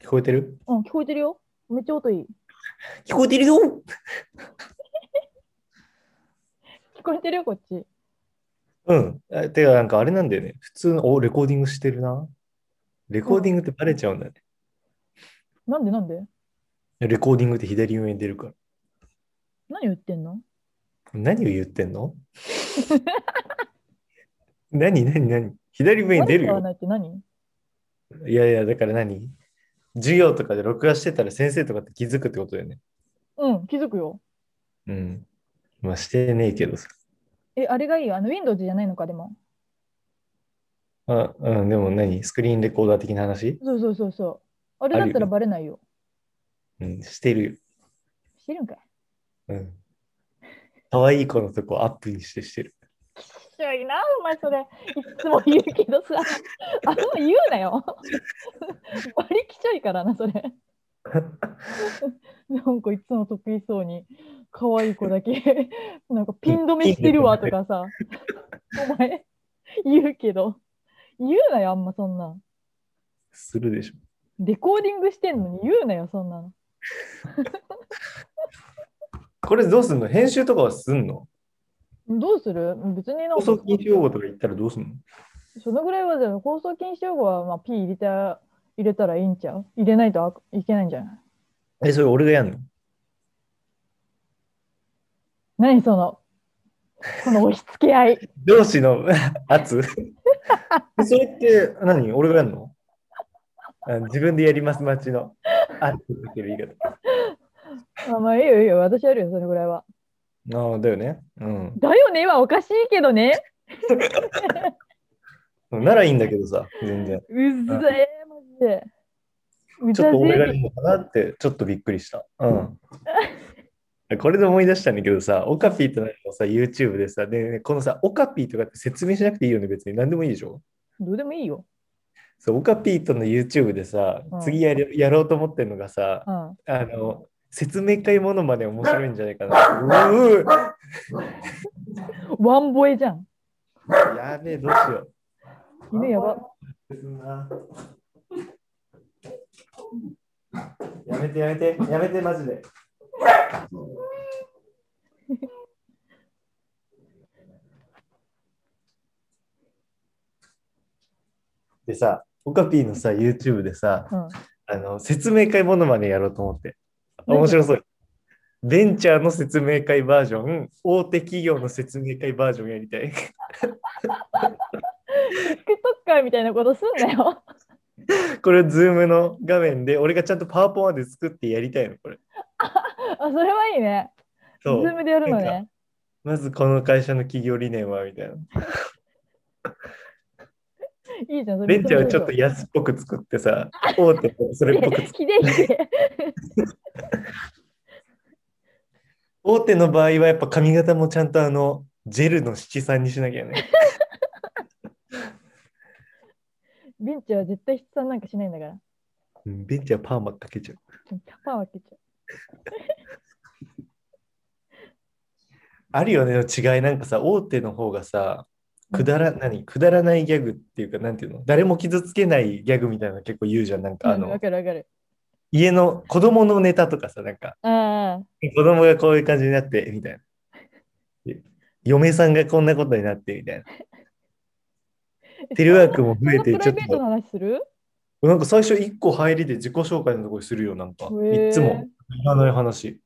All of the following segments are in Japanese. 聞こえてるうん、聞こえてるよ。めっちゃ音いい。聞こえてるよ聞こえてるよ、こっち。うん。あてか、なんかあれなんだよね。普通の、お、レコーディングしてるな。レコーディングってバレちゃうんだよね。なんでなんでレコーディングって左上に出るから。何を言ってんの何を言ってん の何何何左上に出るよ。バレてはないって何いやいや、だから何授業とかで録画してたら先生とかって気づくってことだよね。うん、気づくよ。うん。まあ、してねえけどさ。え、あれがいいよ。あの、Windows じゃないのか、でも。あ、うん、でも何スクリーンレコーダー的な話そうそうそうそう。あれだあったるらよバレないよ。うん、してるよ。知るんかい。うん。可愛い子のとこアップにしてしてる。きっしょいな、お前それ。いつも言うけど さ。あんま言うなよ。バリきちょいからな、それ。なんかいつも得意そうに、可愛い子 だけ、なんかピン止めしてるわとかさ。お前、言うけど。言うなよ、あんまそんなん。するでしょ。レコーディングしてんのに言うなよ、そんなの。これどうすんの編集とかはすんのどうする別にな放んか送禁止用語とか言ったらどうすんのそのぐらいはでも放送禁止用語はまあ P 入れた入れたらいいんちゃう入れないとあいけないんじゃないえ、それ俺がやんの何そのその押し付け合い 上司の 圧えそれって何俺がやんのあ自分でやります、町の。圧かける言いあまあいいよいいよ私やるよそれぐらいは方。ああ、だよね。うん。だよねはおかしいけどねならいいんだけどさ、全然。うっざえマジでうちょっざと俺がぜいいのかなって、ちょっとびっくりした。うん。 これで思い出したんだけどさ、オカピーとなんかさ、YouTube でさ、で、このさ、オカピーとかって説明しなくていいよね、別に。何でもいいでしょどうでもいいよ、そう、オカピーとの YouTube でさうん、次やるやろうと思ってるのがさ、うん、あの、説明会ものまで面白いんじゃないかな。ううワンボエじゃんやべえ、どうしよう。犬やば。やめてやめて、やめてマジで。でさ、オカピーのさ、YouTube でさ、うんあの説明会ものまでやろうと思って。面白そう。ベンチャーの説明会バージョン、大手企業の説明会バージョンやりたい。 TikToker みたいなことすんなよ これ、ズームの画面で、俺がちゃんとパワーポまで作ってやりたいの、これ。あそれはいいねズそーう。ムでやるのなねまずこの会社の企業理念は、みたいな。いいじゃんそれベンチャーをちょっと安っぽく作ってさ、大手をそれっぽく 作って。ひでえひでえ大手の場合はやっぱ髪型もちゃんとあの、ジェルの七三にしなきゃね。ベンチャーは絶対必要なんかしないんだから。うんベンチャーパーマかけちゃう。パン開けちゃあるよね、の違い。なんかさ、大手の方がさ、くだら、何くだらないギャグっていうか、なんていうの誰も傷つけないギャグみたいなの結構言うじゃん。なんう。かあうんわの、かるわかる。家の子供のネタとかさ、なんか、ああ、子供がこういう感じになって、みたいな。で嫁さんがこんなことになって、みたいな。テレワークも増えて、そちょんなプライっベートの話すると、なんか最初1個入りで自己紹介のとこにするよ、なんか。いつも。。いらない話。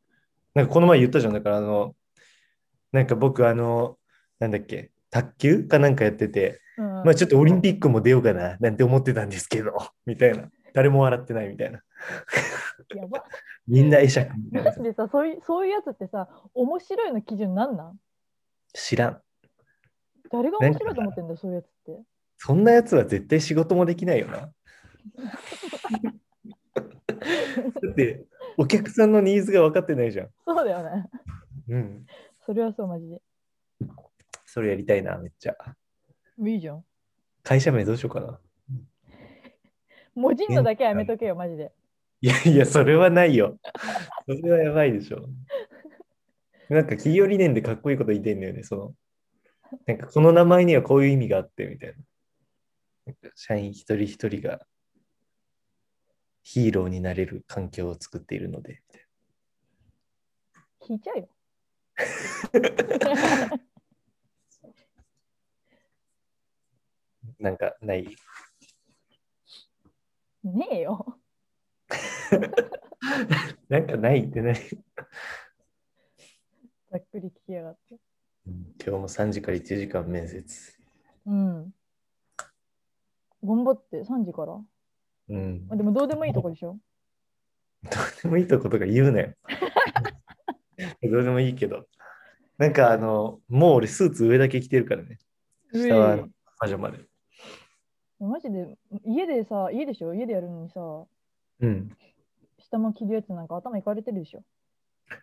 なんかこの前言ったじゃん、だからあの、なんか僕、あの、なんだっけ、卓球かなんかやってて、まあちょっとオリンピックも出ようかな、なんて思ってたんですけど、 みたいな。誰も笑ってないみたいな。と。やば。みんな会釈みたいマなジ。でさ、そういうそういうやつってさ、面白いの基準なんなん知らん。誰が面白いと思ってんだよ、そういうやつって。そんなやつは絶対仕事もできないよな。だって、お客さんのニーズが分かってないじゃん。そうだよね。うん。それはそう、マジで。それやりたいな、めっちゃ。いいじゃん。会社名どうしようかな。文字のだけはやめとけよ、マジで。いやいや、それはないよ。それはやばいでしょ。なんか企業理念でかっこいいこと言ってんだよね。その、なんかこの名前にはこういう意味があってみたいな。なんか社員一人一人がヒーローになれる環境を作っているので、み聞いちゃうよ。たいななんかない。ねえよ。 なんかないってね。ざっくり聞きやがって。うん今日も3時から1時間面接。うん。頑張って、3時から。うん。あでもどうでもいいとこでしょ。どうでもいいとことか言うな よ。どうでもいいけど。なんかあの、もう俺スーツ上だけ着てるからね。下はあのパジャマで。マジで、家でさ、家でしょ家でやるのにさ、うん。下も着るやつなんか頭いかれてるでしょ。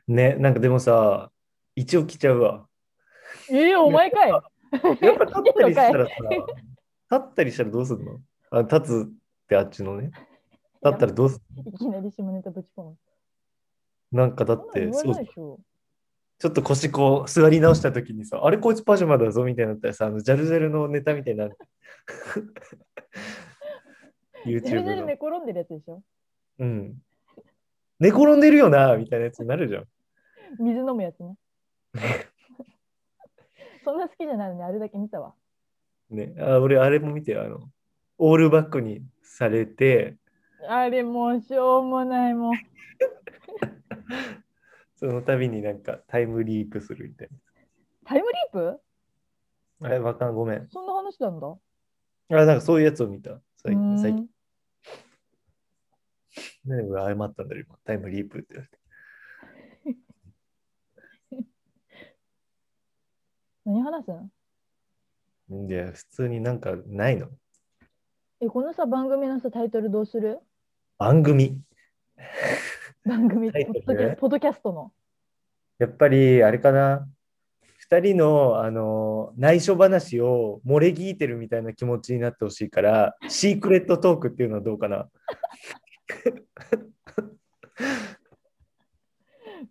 ね、なんかでもさ、一応着ちゃうわ。ええお前かい やっぱ立ったりしたらさ、い立ったりしたらどうするのあ立つってあっちのね。立ったらどうすいきなり下ネタぶち込む。るなんかだそんっなての、言そわうないでしょ。ちょっと腰こう座り直した時にさ、あれこいつパジャマだぞみたいになったらさ、あのジャルジャルのネタみたいにな る。ジェ YouTube ルジェルの寝。転んでるやつでしょ。うん。寝転んでるよなみたいなやつになるじゃん。水飲むやつね。そんな好きじゃないのにあれだけ見たわ。ね、あ俺、あれも見て、あの、オールバックにされて、あれもうしょうもないもん。その度になんかタイムリープするみたいタイムリープな。あれ、わかん、ごめん。そんな話なんだ。あ、なんかそういうやつを見た。最うーん近。最近。ね、俺、謝ったんだよ、今。タイムリープって言われて。何話すんいや、普通になんかないの。え、このさ、番組のさ、タイトルどうする番組。番組タポイットルドキャポッドキャストの。やっぱり、あれかな。二人の、あの、内緒話を漏れ聞いてるみたいな気持ちになってほしいから、シークレットトークっていうのはどうかな。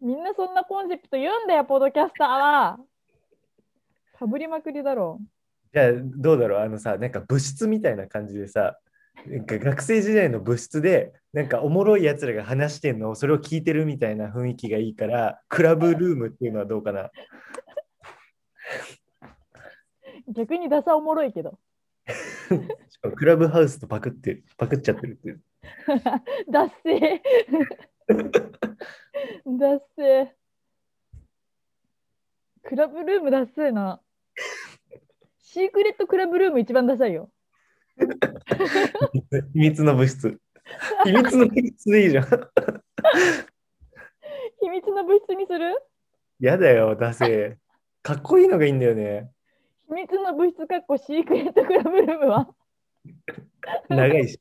みんなそんなコンセプト言うんだよ、ポッドキャスターは。かぶりまくりだろじゃあどうだろうあのさなんか部室みたいな感じでさなんか学生時代の部室でなんかおもろいやつらが話してんのをそれを聞いてるみたいな雰囲気がいいからクラブルームっていうのはどうかなう。逆にダサおもろいけど。しかもクラブハウスとパクってパクっちゃってるっていうダッセー。ダッセー。クラブルームダッセーな。シークレットクラブルーム一番ダサいよ。秘密の部室秘密の部室でいいじゃん 秘密の部室にするやだよダセーかっこいいのがいいんだよね秘密の部室かっこシークレットクラブルームは長いし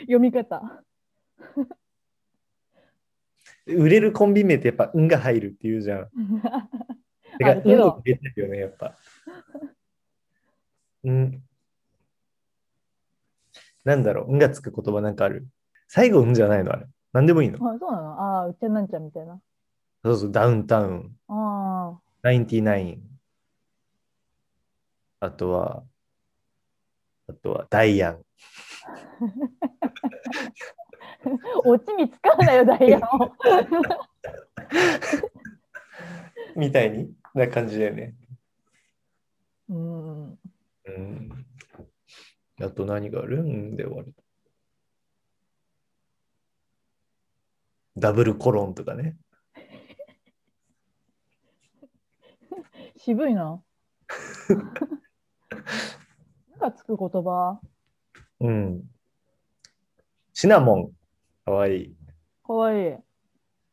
読み方。売れるコンビ名ってやっぱ「運が入るっていうじゃんてあか、る運けをど入れてるよね、やっぱ。うん。なんだろう、運がつく言葉なんかある。最後、運じゃないのあれ。なんでもいいの。あそうなのああ、うっちゃんなんちゃんみたいな。そうそう、ダウンタウン、ああ、ナインティナイン。あとは、あとは、ダイアン。オチに使うなよ、ダイヤを。みたいにな感じだよね。うん。うん。あと何があるんで終わる。ダブルコロンとかね。渋いな。なんかつく言葉。うん。シナモン、かわいい。かわいい。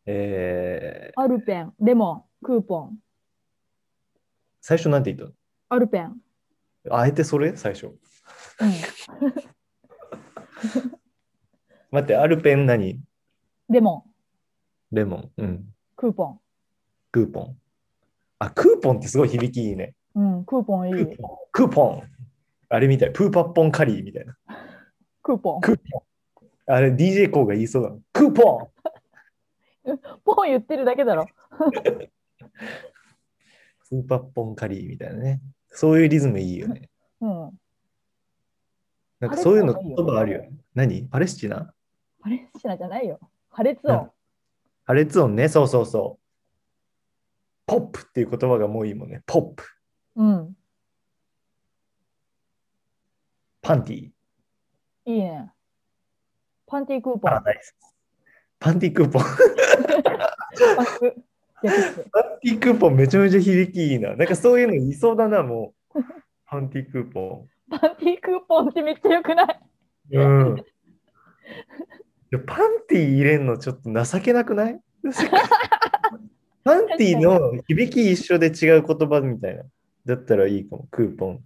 えー、アルペン、レモン、クーポン。最初なんて言っアルペン。たのあえてそれ最初。うん、待って、アルペン何レモン、レモン、うん、クーポクーポン。あ、クーポンってすごい響きいいね。ン。うん、クーポンいクいー。ポン。クーポンあれみたい。プーパッポンカリーみたいな。クーポン。クーポン。あれ、DJ コーが言いそうだな。クーポンポン言ってるだけだろ。プーパッポンカリーみたいなね。そういうリズムいいよね。うん。なんかそういうのあれ言葉あるよね。何パレスチナ破裂しなじゃないよ。破裂音。破裂音ね、そうそうそう。ポップっていう言葉がもういいもんね。ポップ、うん。パンティ、いいね。パンティクーポパンラ。ダイス。パンティクーポン。パンパンク略してティクーポンめちゃめちゃ響きいいな。なんかそういうの言いそうだな、もう。パンティクーポパンティクーポンってめっちゃよくないン。うん。いやパンティ入れんのちょっと情けなく ないパンティの響き一緒で違う言葉みたいな。だったらいいかも。クーポン。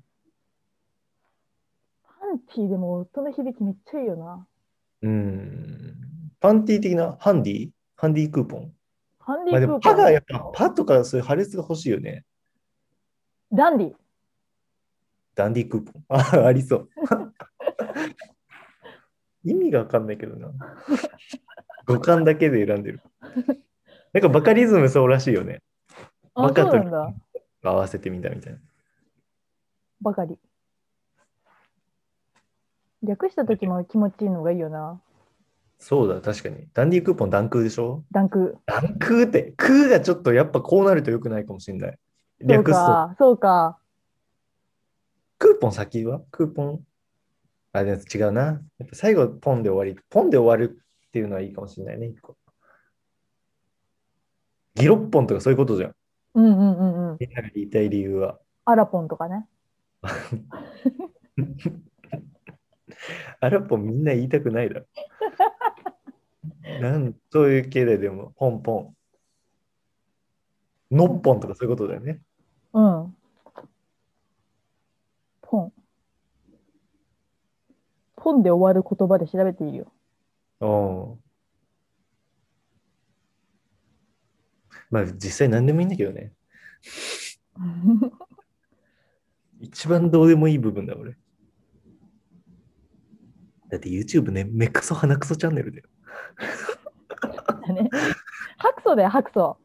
パンティでも音の響きめっちゃいいよな。うん。パンティ的なハンディハンディクーポン。パンデまあィでクーもポパがン。やっぱパとかそういう破裂が欲しいよね。ダンディ。ダンディクーポン。 あ、ありそう。意味がわかんないけどな。五感だけで選んでる。なんかバカリズムそうらしいよね。あ、バそうカとなんだ。合わせてみたみたいな。バカリ。略した時も気持ちいいのがいいよな。そうだ、確かに。ダンディクーポン、ダンクーでしょダンク。ダンクーって、クーがちょっとやっぱこうなると良くないかもしれない。そう略すと。か。そうか。クーポン先はクーポンあ、でも違うな。やっぱ最後、ポンで終わり。ポンで終わるっていうのはいいかもしれないね、一個。ギロッポンとかそういうことじゃん。うんうんうんうん。みんなが言いたい理由は。アラポンとかね。あらポンみんな言いたくないだろ。なんそういう系ででも、ポンポン。ノッポンとかそういうことだよね。うん。ポン。ポンで終わる言葉で調べていいよ。 おうまあ実際何でもいいんだけどね。一番どうでもいい部分だ、俺。だって YouTube ね、目くそ鼻くそチャンネルだよ。だね。白素だよ、白素。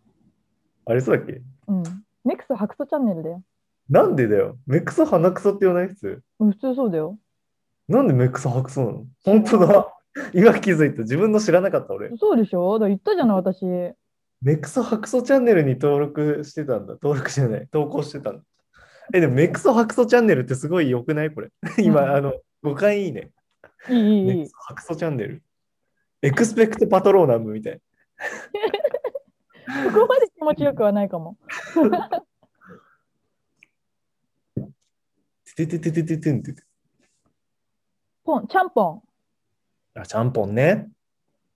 あれそうだっけうん。ネクスト白素チャンネルだよ。なんでだよ。目くそ鼻くそって言わない普通。うん普通そうだよ。なんで目くそ鼻くそなの本当だ。今気づいた。自分の知らなかった俺。そうでしょだから言ったじゃない、私。目くそ鼻くそチャンネルに登録してたんだ。登録してない。投稿してたんだ。え、でも目くそ鼻くそチャンネルってすごい良くないこれ。今、うんあの、5回いいね。いい、いい、い目いく。そ鼻くそチャンネル。エクスペクトパトローナムみたいな。そこまで気持ちよくはないかも。ててててててんてて。ポン、ちゃんぽん。あ、ちゃんぽんね。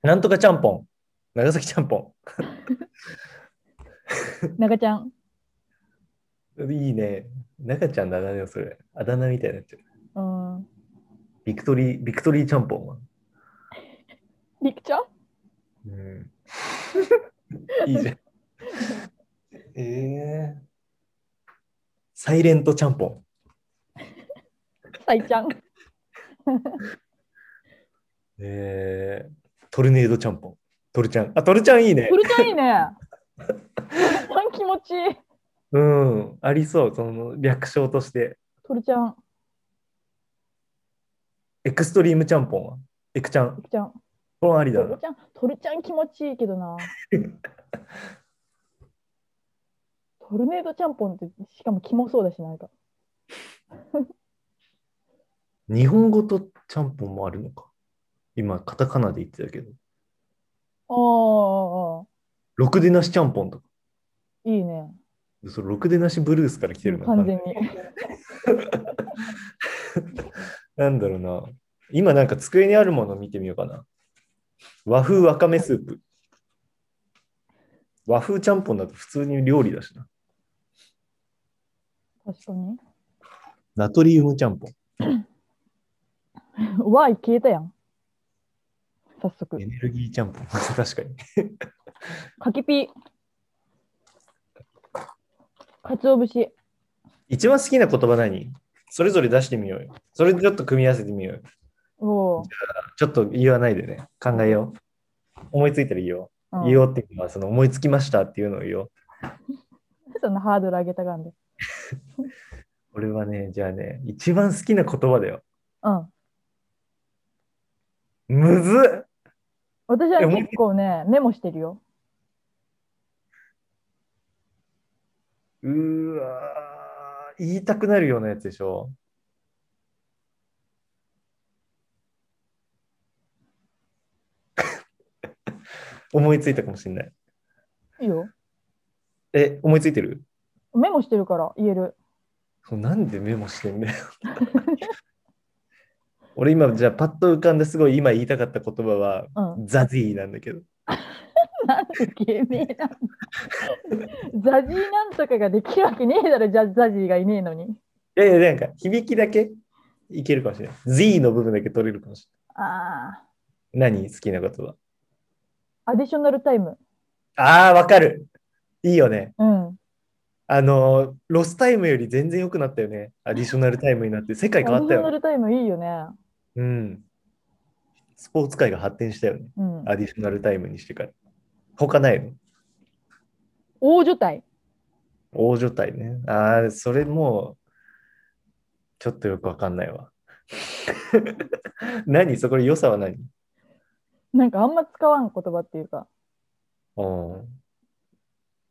なんとかちゃんぽん。長崎ちゃんぽ長ちゃん。ん。いいね。中ちゃんだな、でもそれ。あだ名みたいになっちゃう。うん。ビクトリー、ビクトリーちゃんぽんは。りくちゃんうん。いいじゃん。ええサイレントちゃんぽん。さいちゃん。ええトルネードちゃんぽん。トルちゃん。あ、トルちゃんいいねフ。ルちゃんいいね。 フルちゃん気持ちいい。うん。ありそう。その略称として。トルちゃん、エクストリームちゃんぽんは。エクちゃんり。くちゃん。これありトだルな。ちゃん、トルちゃん気持ちいいけ どな。トルネードちゃんぽんって、しかもキモそうだし、なんか。日本語とちゃんぽんもあるのか。今、カタカナで言ってたけど。ああ、ろくでなしちゃんぽんとか。いいね。そのろくでなしブルースから来てるの完全に。なんだろうな。今なんか机にあるもの見てみようかな。和風わかめスープ。和風ちゃんぽんだと普通に料理だしな。確かに。ナトリウムちゃんぽん。 Y 消えたやん。早速エ。ネルギーちゃんぽん。 確かに。かきピー。かつお節。一番好きな言葉何それぞれ出してみようよ。それでちょっと組み合わせてみようよ。おちょっと言わないでね。考えよう。思いついたらいいよう。お。言おうっていうのは、その思いつきましたっていうのを言おう。うん。そんなハードル上げたがんで。俺はね、じゃあね、一番好きな言葉だよ。うん。むずっ私は結構ね、メモしてるよ。うーわー、言いたくなるようなやつでしょ。思いついたかもしれない。いいよ。え、思いついてるメモしてるから言える。そうなんでメモしてんだよ。俺今、じゃあパッと浮かんですごい今言いたかった言葉は、うん。ザジーなんだけど。なんで芸名なんだザジーなんとかができるわけねえだろ、じゃザジーがいねえのに。いやいや、なんか響きだけいけるかもしれない。Z の部分だけ取れるかもしあれない。何好きな言葉。あ。アディショナルタイム。ああ、わかる。いいよね。うん。あのー、ロスタイムより全然良くなったよね。アディショナルタイムになって、世界変わったアディショナよ。ルタイムいいよね。うん。スポーツ界が発展したよね。うん。アディショナルタイムにしてから。他ないの大所帯。大所帯ね。ああ、それもう、ちょっとよくわかんないわ。 何そこで良さは何なんかあんま使わん言葉っていうか。うん。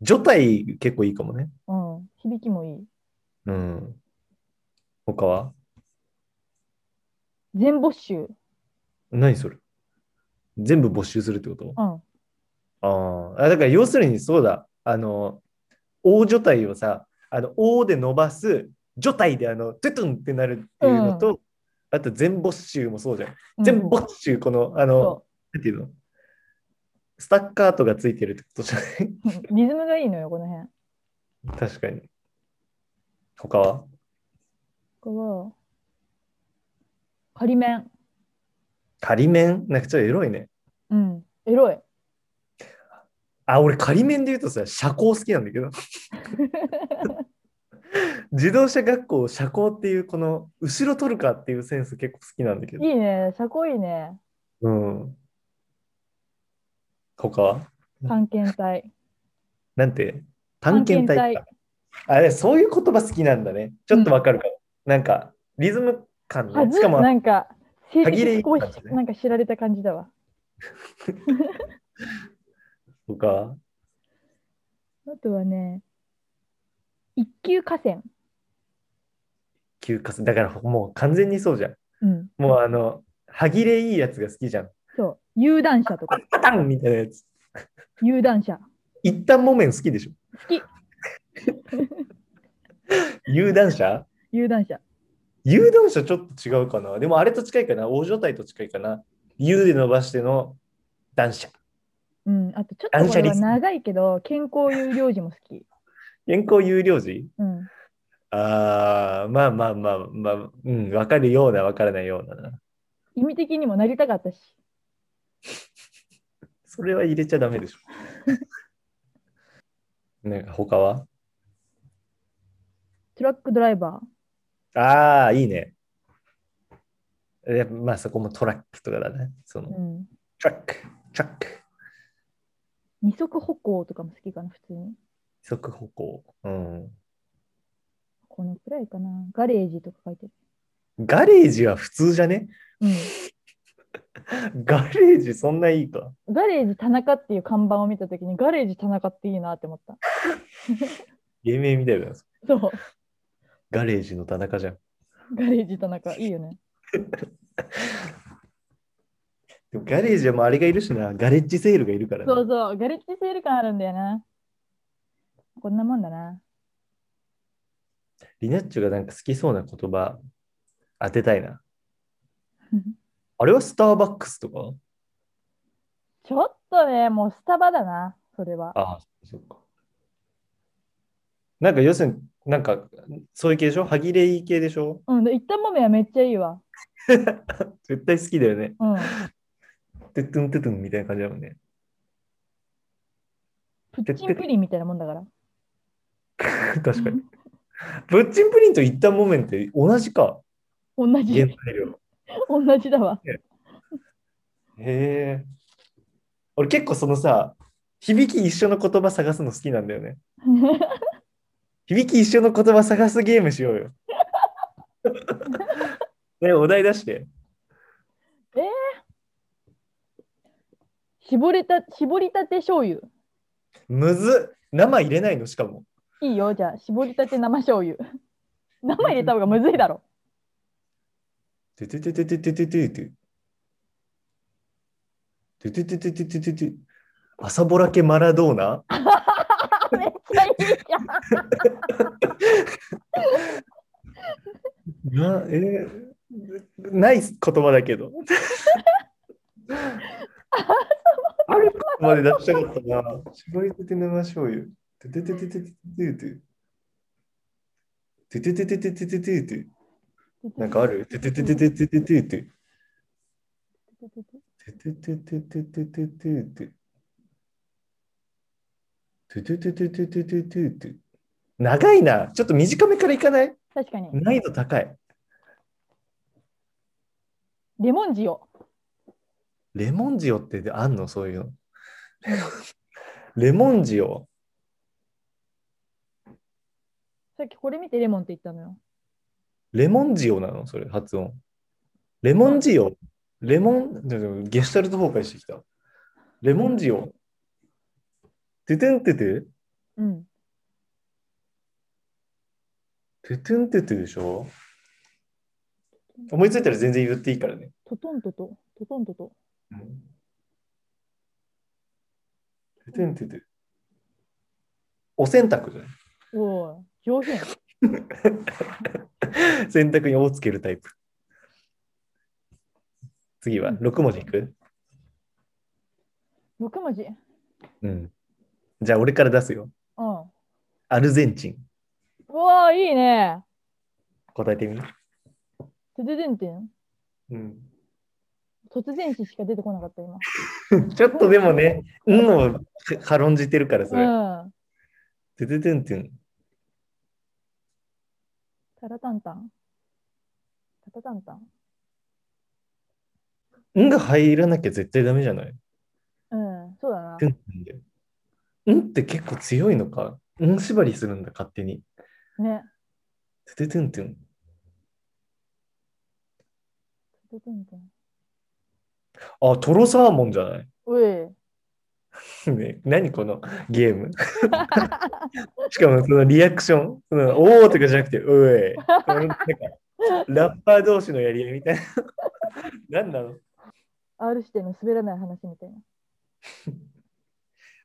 除隊結構いいかもね。うん。響きもいい。うん。他は全没収。何それ全部没収するってことうん。あーあ。だから要するにそうだ。あの、大除隊をさ、あの、大で伸ばす、除隊であの、トゥトゥンってなるっていうのと、あと全没収もそうじゃん。全没没収、この、あの、なんていうのスタッカートがついてるってことじゃない リズムがいいのよ、この辺。確かに。他はここは、仮面。仮面なんかちょっとエロいね。うん。エロい。あ、俺仮面で言うとさ、社交好きなんだ けど。自動車学校社交っていうこの後ろ取るかっていうセンス結構好きなんだけいど。いね。社交いいね。うん。他は探検隊。なんて探検隊か。あれ、そういう言葉好きなんだね。ちょっとわかるかも。なんかリズム感はね。ずしかも、なんか、政歯切れいい治少感しじね、なんか知られた感じだわ。他はあとはね、一級河川。休暇だからもう完全にそうじゃん。うん。もうあの、歯切れいいやつが好きじゃん。そう。有段者とか。パタンみたいなやつ。有段者。一旦木綿好きでしょ。好き。 有段者有段者。誘導者ちょっと違うかな。でもあれと近いかな。大所帯と近いかな。U で伸ばしての断捨。うん。あと、ちょっ断と捨これ離は長いけど、健康有料児も好き。健康有料時うん。ああ、まあまあまあまあ、うん、わかるような、わからないようなな。意味的にもなりたかったし。それは入れちゃダメ でしょ。なんか他はトラックドライバああ、いいね。えまあそこもトラックとかだね。そー。うの、ん。トラック、トラック、二足歩行とかも好きかな、普通に。二足歩行。うん。このくらいかな。ガレージとか書いてる。ガレージは普通じゃねうガレージそんないいか。ん。ガレージ田中っていう看板を見たときに、ガレージ田中っていいなって思った。芸名みたいだな。そう。ガレージの田中じゃん。ガレージ田中、いいよね。でもガレージはもうあれがいるしな、ガレッジセールがいるからね、そうそう。ガレージセール感あるんだよな。こんなもんだな。 リナッチョがなんか好きそうな言葉当てたいな。あれはスターバックスとかちょっとね、もうスタバだな、それは。ああ、そっか。なんか要するに、なんかそういう系でしょ歯切れいい系でし ょうん、で一旦もめはめっちゃいいわ。絶対好きだよね。 うん。トゥットゥントゥトゥンみたいな感じだもんね。プッチンプリンみたいなもんだから。確かに。プッチンプリンと一旦モメンって同じか。同じ原、材料。同じだわ。 へえ。俺結構そのさ、響き一緒の言葉探すの好きなんだよね。響き一緒の言葉探すゲームしようよ。ね、お題出して。絞れた、絞りたて醤油。むずっ生入れないのしかも。いいよ、じゃあ、絞りたて生醤 油。生入れた方がむずいだろ。 ててててててててて。てててててててて。朝ぼらけマラドーナめっちゃいいじゃん。なえーない言葉だけど。ある言葉で出したかったな。絞りたて生醤油。ててててててててて。ててててててててて。なんかあるててててててててて。ててててててててて。ててててててててて。長いな。ちょっと短めからいかない確かに。難易度高い。レモン塩。レモン塩ってあんのそういうの。レモン塩。さっきこれ見てレモンって言ったのよ。レモン塩なのそれ、発音。レモン塩。レモン、でもゲシュタルト崩壊してきた。レモン塩。ててんててうん。ててんててでしょ思いついたら全然言っていいからね。トトントト、トトントト。うんててんてて。お洗濯じゃおお、上品。ない洗濯に「お」つけるタイプ。次は6文字いく六文字。ううん。ん。じゃあ俺から出すよ。アルゼンチン。うわあ、いいね。答えてみ。てててんてん。うん、突然詞しか出てこなかった今。ちょっとでもね、うんを軽んじてるからそれ。うん。てててんてん。タラタンタン。タタタンタン。うんが入らなきゃ絶対ダメじゃない。うん、そうだなて。んてんで。うんって結構強いのか。うん縛りするんだ、勝手に。ね。てててんてん。てててんてん。あ、トロサーモンじゃない。おい。ね、 何このゲーム。 しかもそのリアクション。そ のおーとかじゃなくて、うえ。なんかラッパー同士のやり合いみたいな。何なの R しての滑らない話みたいな。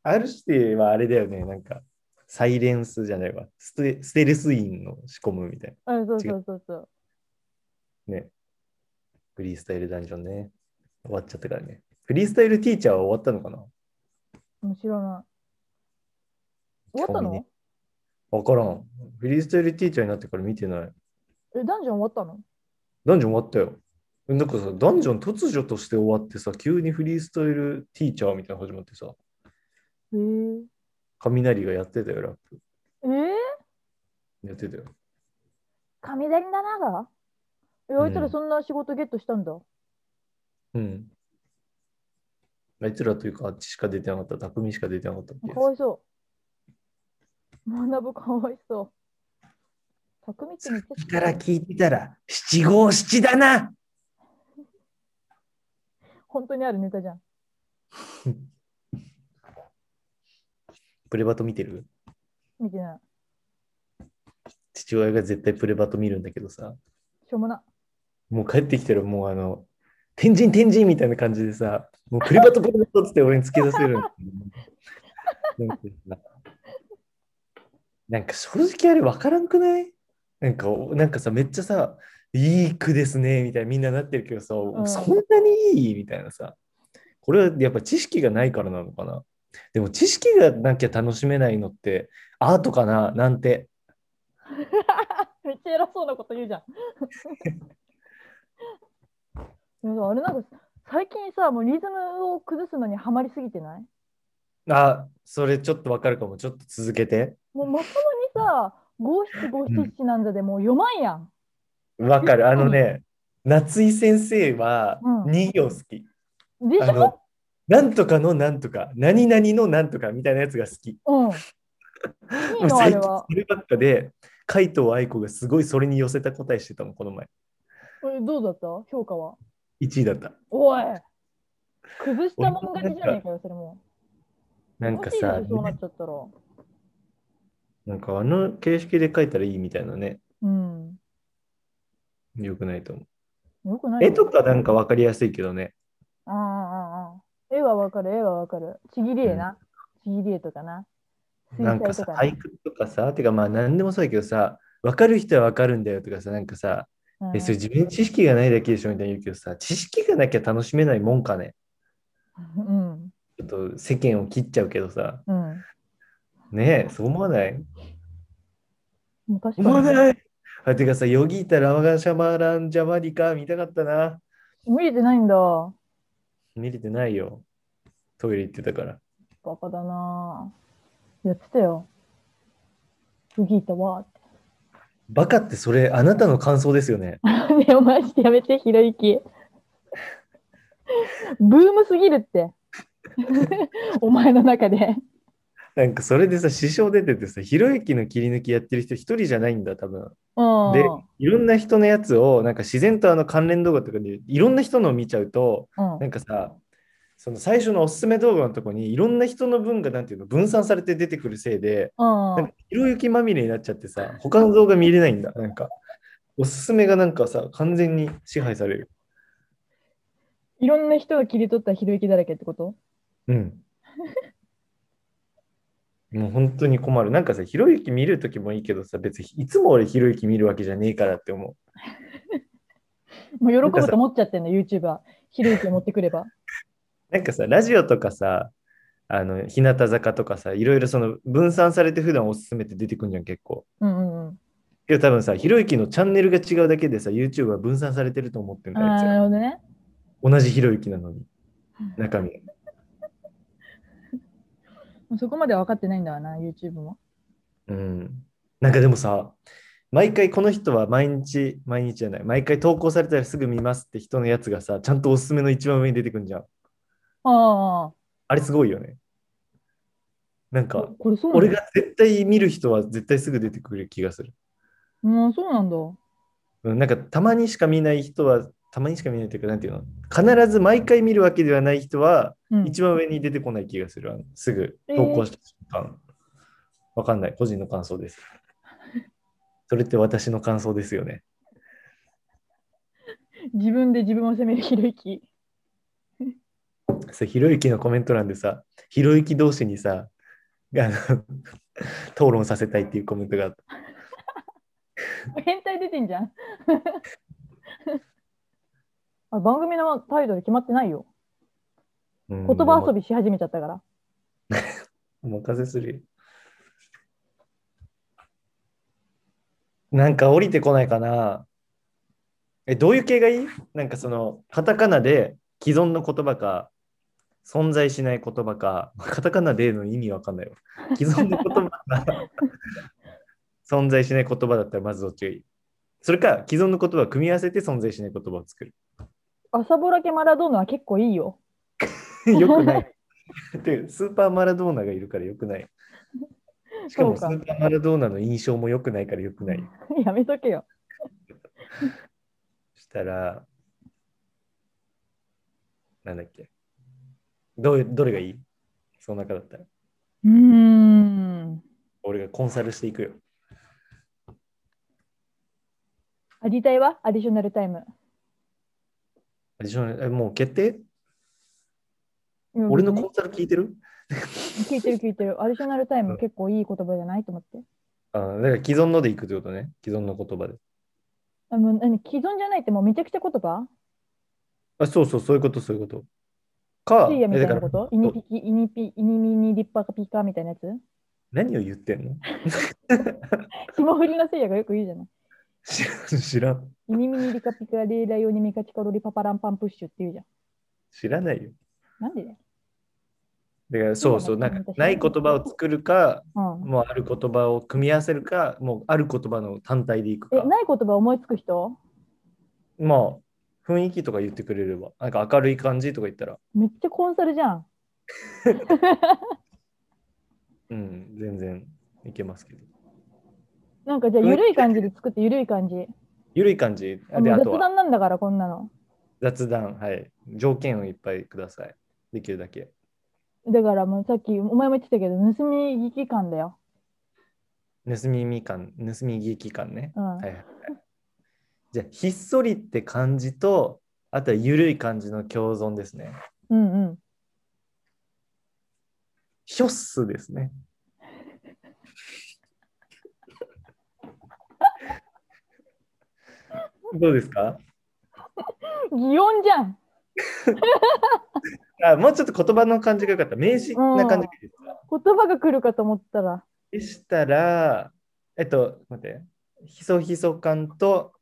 ?R してはあれだよね。なんか、サイレンスじゃないわ。ステステレスインの仕込むみたいうん、そうそうそうそう。な。ね。フリースタイルダンジョンね。終わっちゃったからね。フリースタイルティーチャーは終わったのかな面白いな。終わった興味ねのわからん。フリースタイルティーチャーになってから見てない。え、ダンジョン終わったのダンジョン終わったよ。なんかさ、ダンジョン突如として終わってさ、急にフリースタイルティーチャーみたいなの始まってさ、へえ。雷がやってたよ、ラップ。えー、やってたよ。雷だながえ、あいつらそんな仕事ゲットしたんだ。うん。あいつらというか、あっちしか出てなかった、匠しか出てなかったってやかわいそう。学ぶかわいそう。匠ってめっちゃ好つ。きだね聞いてたら、七五七だな本当にあるネタじゃん。プレバト見てる見てない。父親が絶対プレバト見るんだけどさ、しょうもな。もう帰ってきたらもうあの、天神天神みたいな感じでさ、もうプレバトプレバトっつって俺につけ出せるんだけど なんかさなんか正直あれ分からんくないなんかおなんかさ、めっちゃさ、いい句ですねみたいなみんななってるけどさ、んそんなにいいみたいなさ、これはやっぱ知識がないからなのかな。でも知識がなきゃ楽しめないのってアートかななんて。めっちゃ偉そうなこと言うじ ゃん。でもさあれなんか最近さ、もうリズムを崩すのにはまりすぎてないあ、それちょっと分かるかも。ちょっと続けて。もうまともにさ、五七五七七なんだでもう読まんやん。わかる。あのね、夏井先生はうん2行好き。でしあょの、なんとかのなんとか、何々のなんとかみたいなやつが好き。 うん。いいもうのあ最れ近はそ。ればっかで、海藤愛子がすごいそれに寄せた答えしてたの、この前。えどうだった評価は。 1位だった。おい崩したもん勝ちじゃねえかよ、それも。なんか欲しいさでしょ、そうなっちゃったら。なんかあの形式で書いたらいいみたいなね、うん。よくないと思う。よくない絵よとかなんか分かりやすいけどね、ああああああ。絵はわかる、絵はわかる。ちぎり絵な。ちぎり絵とかな。水なんか彩とさ、か俳句とかさ、てかまあ何でもそうだけどさ、分かる人は分かるんだよとかさ、なんかさ、な。え、それ自分に知識がないだけでしょみたいに言うけどさ、知識がなきゃ楽しめないもんかね。うん。ちょっと世間を切っちゃうけどさ、うん。うんねえ、そう思わないもう確思わかに。ないあてかさ、ヨギータラマガシャマランジャマリカ見たかったな。見れてないんだ。見れてないよ。トイレ行ってたから。バカだなぁ。やってたよ。ウギータは。 バカってそれ、あなたの感想ですよね。ねえ、マジでやめて、ひろゆき。ブームすぎるって。 お前の中で。なんかそれでさ、支障出ててさ、ひろゆきの切り抜きやってる人一人じゃないんだ、多分。うん。でいろんな人のやつを、なんか自然とあの関連動画とかでいろんな人のを見ちゃうと、うんなんかさ、その最初のおすすめ動画のとこにいろんな人の分がなんていうの分散されて出てくるせいで、うん。なんかひろゆきまみれになっちゃってさ、他の動画見れないんだ。なんか、おすすめがなんかさ、完全に支配される。いろんな人を切り取ったひろゆきだらけってことうん。 もう本当に困る。なんかさ、ひろゆき見るときもいいけどさ、別にいつも俺ひろゆき見るわけじゃねえからって思もう喜ぶと思っちゃってんの、YouTuber。ひろゆきを持ってく れば。う。なんかさ、ラジオとかさ、あの日向坂とかさ、いろいろその分散されて普段おすすめって出てくんじゃん、結構。うんうんうん。けど多分さ、ひろゆきのチャンネルが違うだけでさ、YouTube は分散されてると思ってんあだーよあいつなるら。ほどね。同じひろゆきなのに、中身。もうそこまでは分かってないんだわな、YouTube も。うん。なんかでもさ、毎回この人は毎日、毎日じゃない、毎回投稿されたらすぐ見ますって人のやつがさ、ちゃんとおすすめの一番上に出てくんじゃん。ああれすごいよね。なんあか、。これそうなん俺だ。が絶対見る人は絶対すぐ出てくる気がする。うん、そうなんだ。うん、なんか、たまにしか見ない人は、たまにしか見ないというか、なんていうの、必ず毎回見るわけではない人は、うん、一番上に出てこない気がする。あのすぐ投稿した瞬間。わかんない。個人の感想です。それって私の感想ですよね。自分で自分を責めるひろゆき。そうひろゆきのコメント欄でさ、ひろゆき同士にさ、あの 討論させたいっていうコメントがあった。変態出てんじゃん。 あ番組のタイトル決まってないよ。言言葉遊びし始めちゃったから。お任せするよ。なんか降りてこないかな。え、どういう系がいいなんかその、カタカナで既存の言葉か、存在しない言葉か、カタカナでの意味わかんないわ。既存の言葉か、存在しない言葉だったらまずどっちがいいそれか、既存の言葉を組み合わせて存在しない言葉を作る。朝ぼらけマラドーナは結構いいよ。 よくない。 で、スーパーマラドーナがいるからよく ない。しかもスそうかーパーマラドーナの印象も良くないから良くない。やめとけよ。したら、なんだっけどうどれがいいその中だったら。うーん。俺がコンサルしていくよ。アディタイはアディショナルタイム。アディショナルえもう決定俺のコンサル聞いてる聞いてる聞いてる。アディショナルタイム結構いい言葉じゃないと思って。あだから既存のでいくってことね。既存の言葉で。あもう何既存じゃないってもうめちゃくちゃ言葉あそうそう、そういうこと、そういうこと。か、シーヤみたいえなだかこらとイニピキ、イニピ、イニミニリッパカピカみたいなやつ何を言ってんの 霜降りのせいやがよく言うじゃない。知らん、知らん。イニミニリカピカレイラヨニミカチカロリパパランパンプッシュって言うじゃん。知らないよ。なんでだよ。だからそうそう、なんかない言葉を作るか、うん。もうある言葉を組み合わせるか、もうある言葉の単体でいくえ、か。ない言葉思いつく人まあ、雰囲気とか言ってくれれば、なんか明るい感じとか言ったら、めっちゃコンサルじゃん。うん、全然いけますけど。なんかじゃあ、ゆるい感じで作って、ゆるい感じ。ゆるい感じ。あもうで、あ雑とは談なんだから、こんなの。雑談、はい。条件をいっぱいください。できるだけ。だからもうさっきお前も言ってたけど盗み聞き感だよ。盗みみかん、盗み聞き感ね。うんはいはいはい。じゃあ、ひっそりって感じと、あとは緩い感じの共存ですね。うんうん。ひょっすですね。 どうですか擬音じゃん。あもうちょっと言葉の感じが良かった。名詞な感じがいいですか言葉が来るかと思ったら。でしたら、えっと、待って、ひそひそ感と、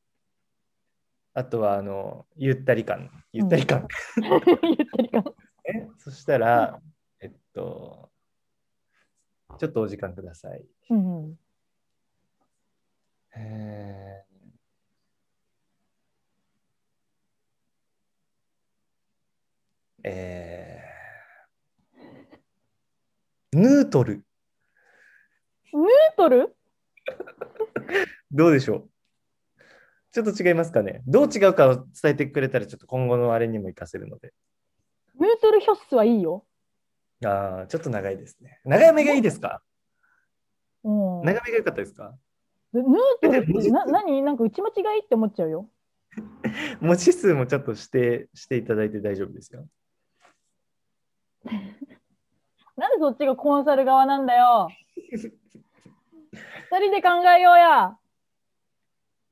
あとは、あの、ゆったり感。ゆったり感。言ったりか。ねそしたら、えっと、ちょっとお時間ください。うんうん。えーえーヌートル、ヌートルどうでしょうちょっと違いますかねどう違うかを伝えてくれたら、ちょっと今後のあれにも活かせるので。ヌートルヒョッスはいいよ。ああ、ちょっと長いですね。長めがいいですかうん、ヌー長めが良かったですかトルえでもってな何なんか打ち間違いって思っちゃうよ。文字数もちょっと指定していただいて大丈夫ですよ。なんでそっちがコンサル側なんだよ。二人で考えようや。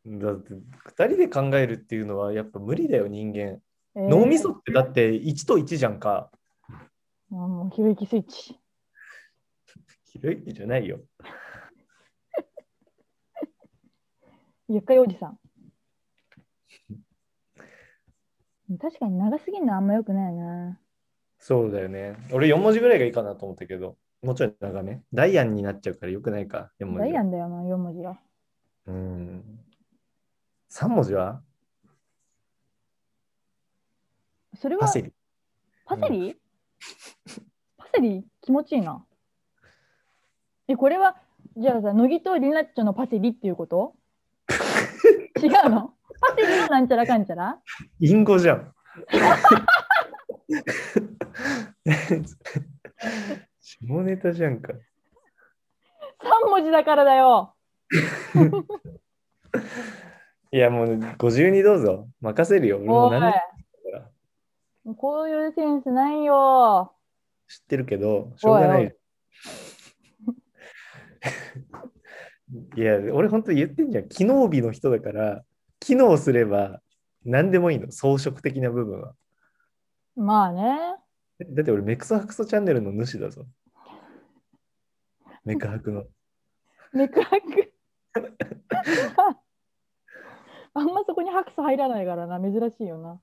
だって、2人で考えるっていうのはやっぱ無理だよ、人間。えー脳みそってだって1と1じゃんか。あもうひろゆきスイッチ。ひろゆきじゃないよ。ゆっかいおじさん。確かに長すぎるのはあんま良くないな。そうだよね。俺4文字ぐらいがいいかなと思ったけど、もうちょい長め。ダイアンになっちゃうからよくないか。4文字はダイヤンだよな、4文字が。うん。3文字はそれはパセリ。パセリ、パセリ気持ちいいな。え、これは、じゃあさ、乃木とリナッチョのパセリっていうこと違うのパセリのなんちゃらかんちゃらインゴじゃ ん。下ネタじゃんか。 ?3 文字だからだよいやもうご自由にどうぞ。任せるよ。俺もおい何でも知ってるからこういうセンスないよ知ってるけど、しょうがない。 いや、俺本当に言ってんじゃん。機能美の人だから、機能すれば何でもいいの。装飾的な部分は。まあね。だって俺、メクソハクソチャンネルの主だぞ。メクハクの。めくらく。 あんまそこに白素入らないからな、珍しいよな。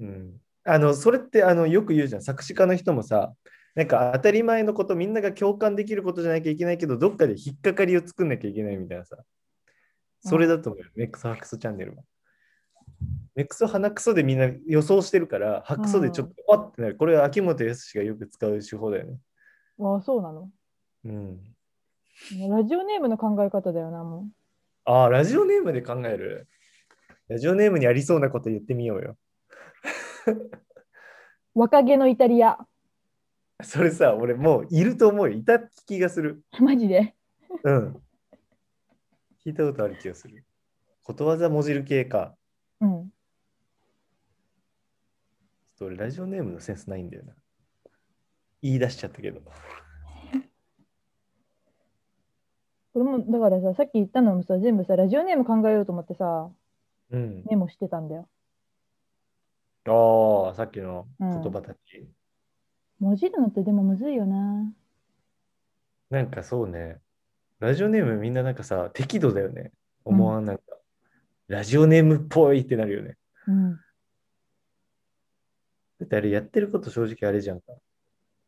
うん。あの、それってあのよく言うじゃん。作詞家の人もさ、なんか当たり前のこと、みんなが共感できることじゃなきゃいけないけど、どっかで引っかかりを作んなきゃいけないみたいなさ。それだと思うよ、メックソハクソチャンネルは。メックソ鼻くそでみんな予想してるから、ハクソでちょっと、わってなる。これは秋元康がよく使う手法だよね。ああ、そうなの。うん。ラジオネームの考え方だよな、もああ、ラジオネームで考える。ラジオネームにありそうなこと言ってみようよ。う。若気のイタリア。それさ、俺もういると思うよ。いた気がする。 マジで。うん。聞いたことある気がする。ことわざもじる系か。うん。ちょっと俺、ラジオネームのセンスないんだよな。言い出しちゃったけど。これも、だからさ、さっき言ったのもさ、全部さ、ラジオネーム考えようと思ってさ、うん。メモしてたんだよ。ああ、さっきのう言ん葉たち。文字るのってでもむずいよな。なんかそうね。ラジオネームみんななんかさ、適度だよね。思わんなんか。ラジオネームっぽいってなるよね。うん。だってあれやってること正直あれじゃんか。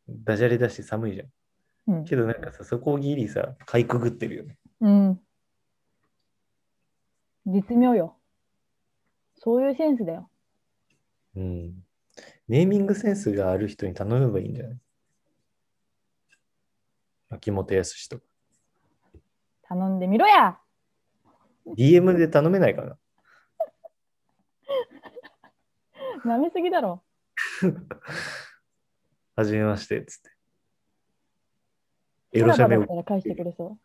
ダジャレだし寒いじゃん。うん。けどなんかさ、そこをギリさ、かいくぐってるよね。うん。絶妙よ。そういうセンスだよ。うん。ネーミングセンスがある人に頼めばいいんじゃない秋元康とか。頼んでみろや DM で頼めないかな舐めすぎだろ。はじめまして、つって。エエロ写メだをったら返してくれそう。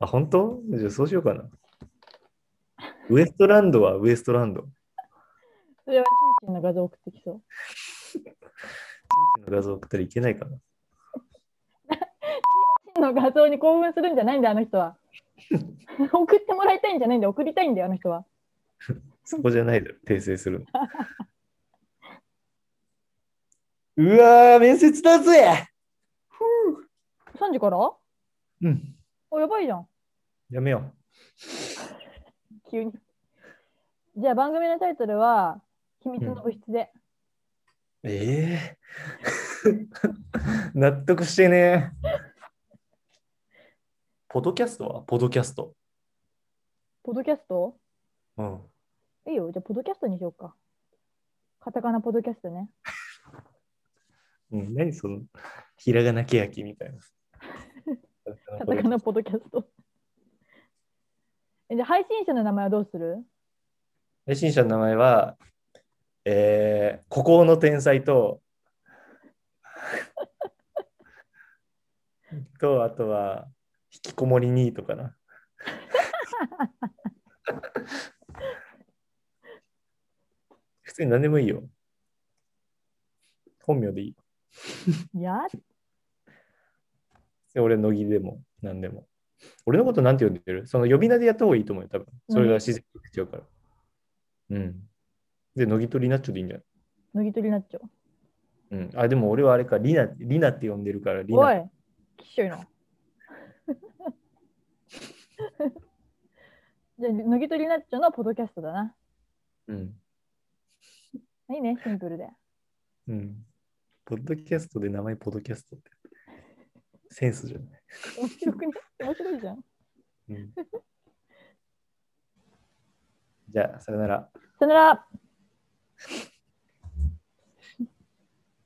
あ、本当じゃあそうしようかな。ウエストランドはウエストランド。それはチンチンの画像送ってきそう。画像送ったらいけないかな。チンの画像に興奮するんじゃないんだよ、あの人 は。送ってもらいたいんじゃないんだよ、送りたいんだよ、あの人は。そこじゃないだろ、訂正するの。 うわー、面接だぜ3時からあ、うん、やばいじゃん。やめよ急に。じゃあ番組のタイトルは、秘密の部室で。う。え え納得してねえ。ポドキャストはポドキャスト。ポドキャストうん。いいよ、じゃあポドキャストにしようか。カタカナポドキャストね。うん、何その、ひらがなけやきみ たいな。カタカナポドキャスト。 えじゃあ配信者の名前はどうする配信者の名前は、えー、孤高の天才と、と、あとは、引きこもりニートかな。 普通に何でもいいよ。本名でいい。いやで俺、乃木でも何でも。俺のことなんて呼んでるその呼び名でやった方がいいと思うよ、多分。それが自然に口調から。うん。で、乃木とリナッチョでいいんじゃない脱ぎ取りなっちゃう。うん、あ、でも俺はあれか、リナ、リナって呼んでるから、リおナ。い、きっしょ いな。じゃあ、脱ぎ取りなっちゃうのはポドキャストだな。うん。いいね、シンプルで。うん。ポッドキャストで名前ポッドキャストって。センスじゃない。面白くね面白いじゃん。うん、じゃあ、さよなら。さよなら。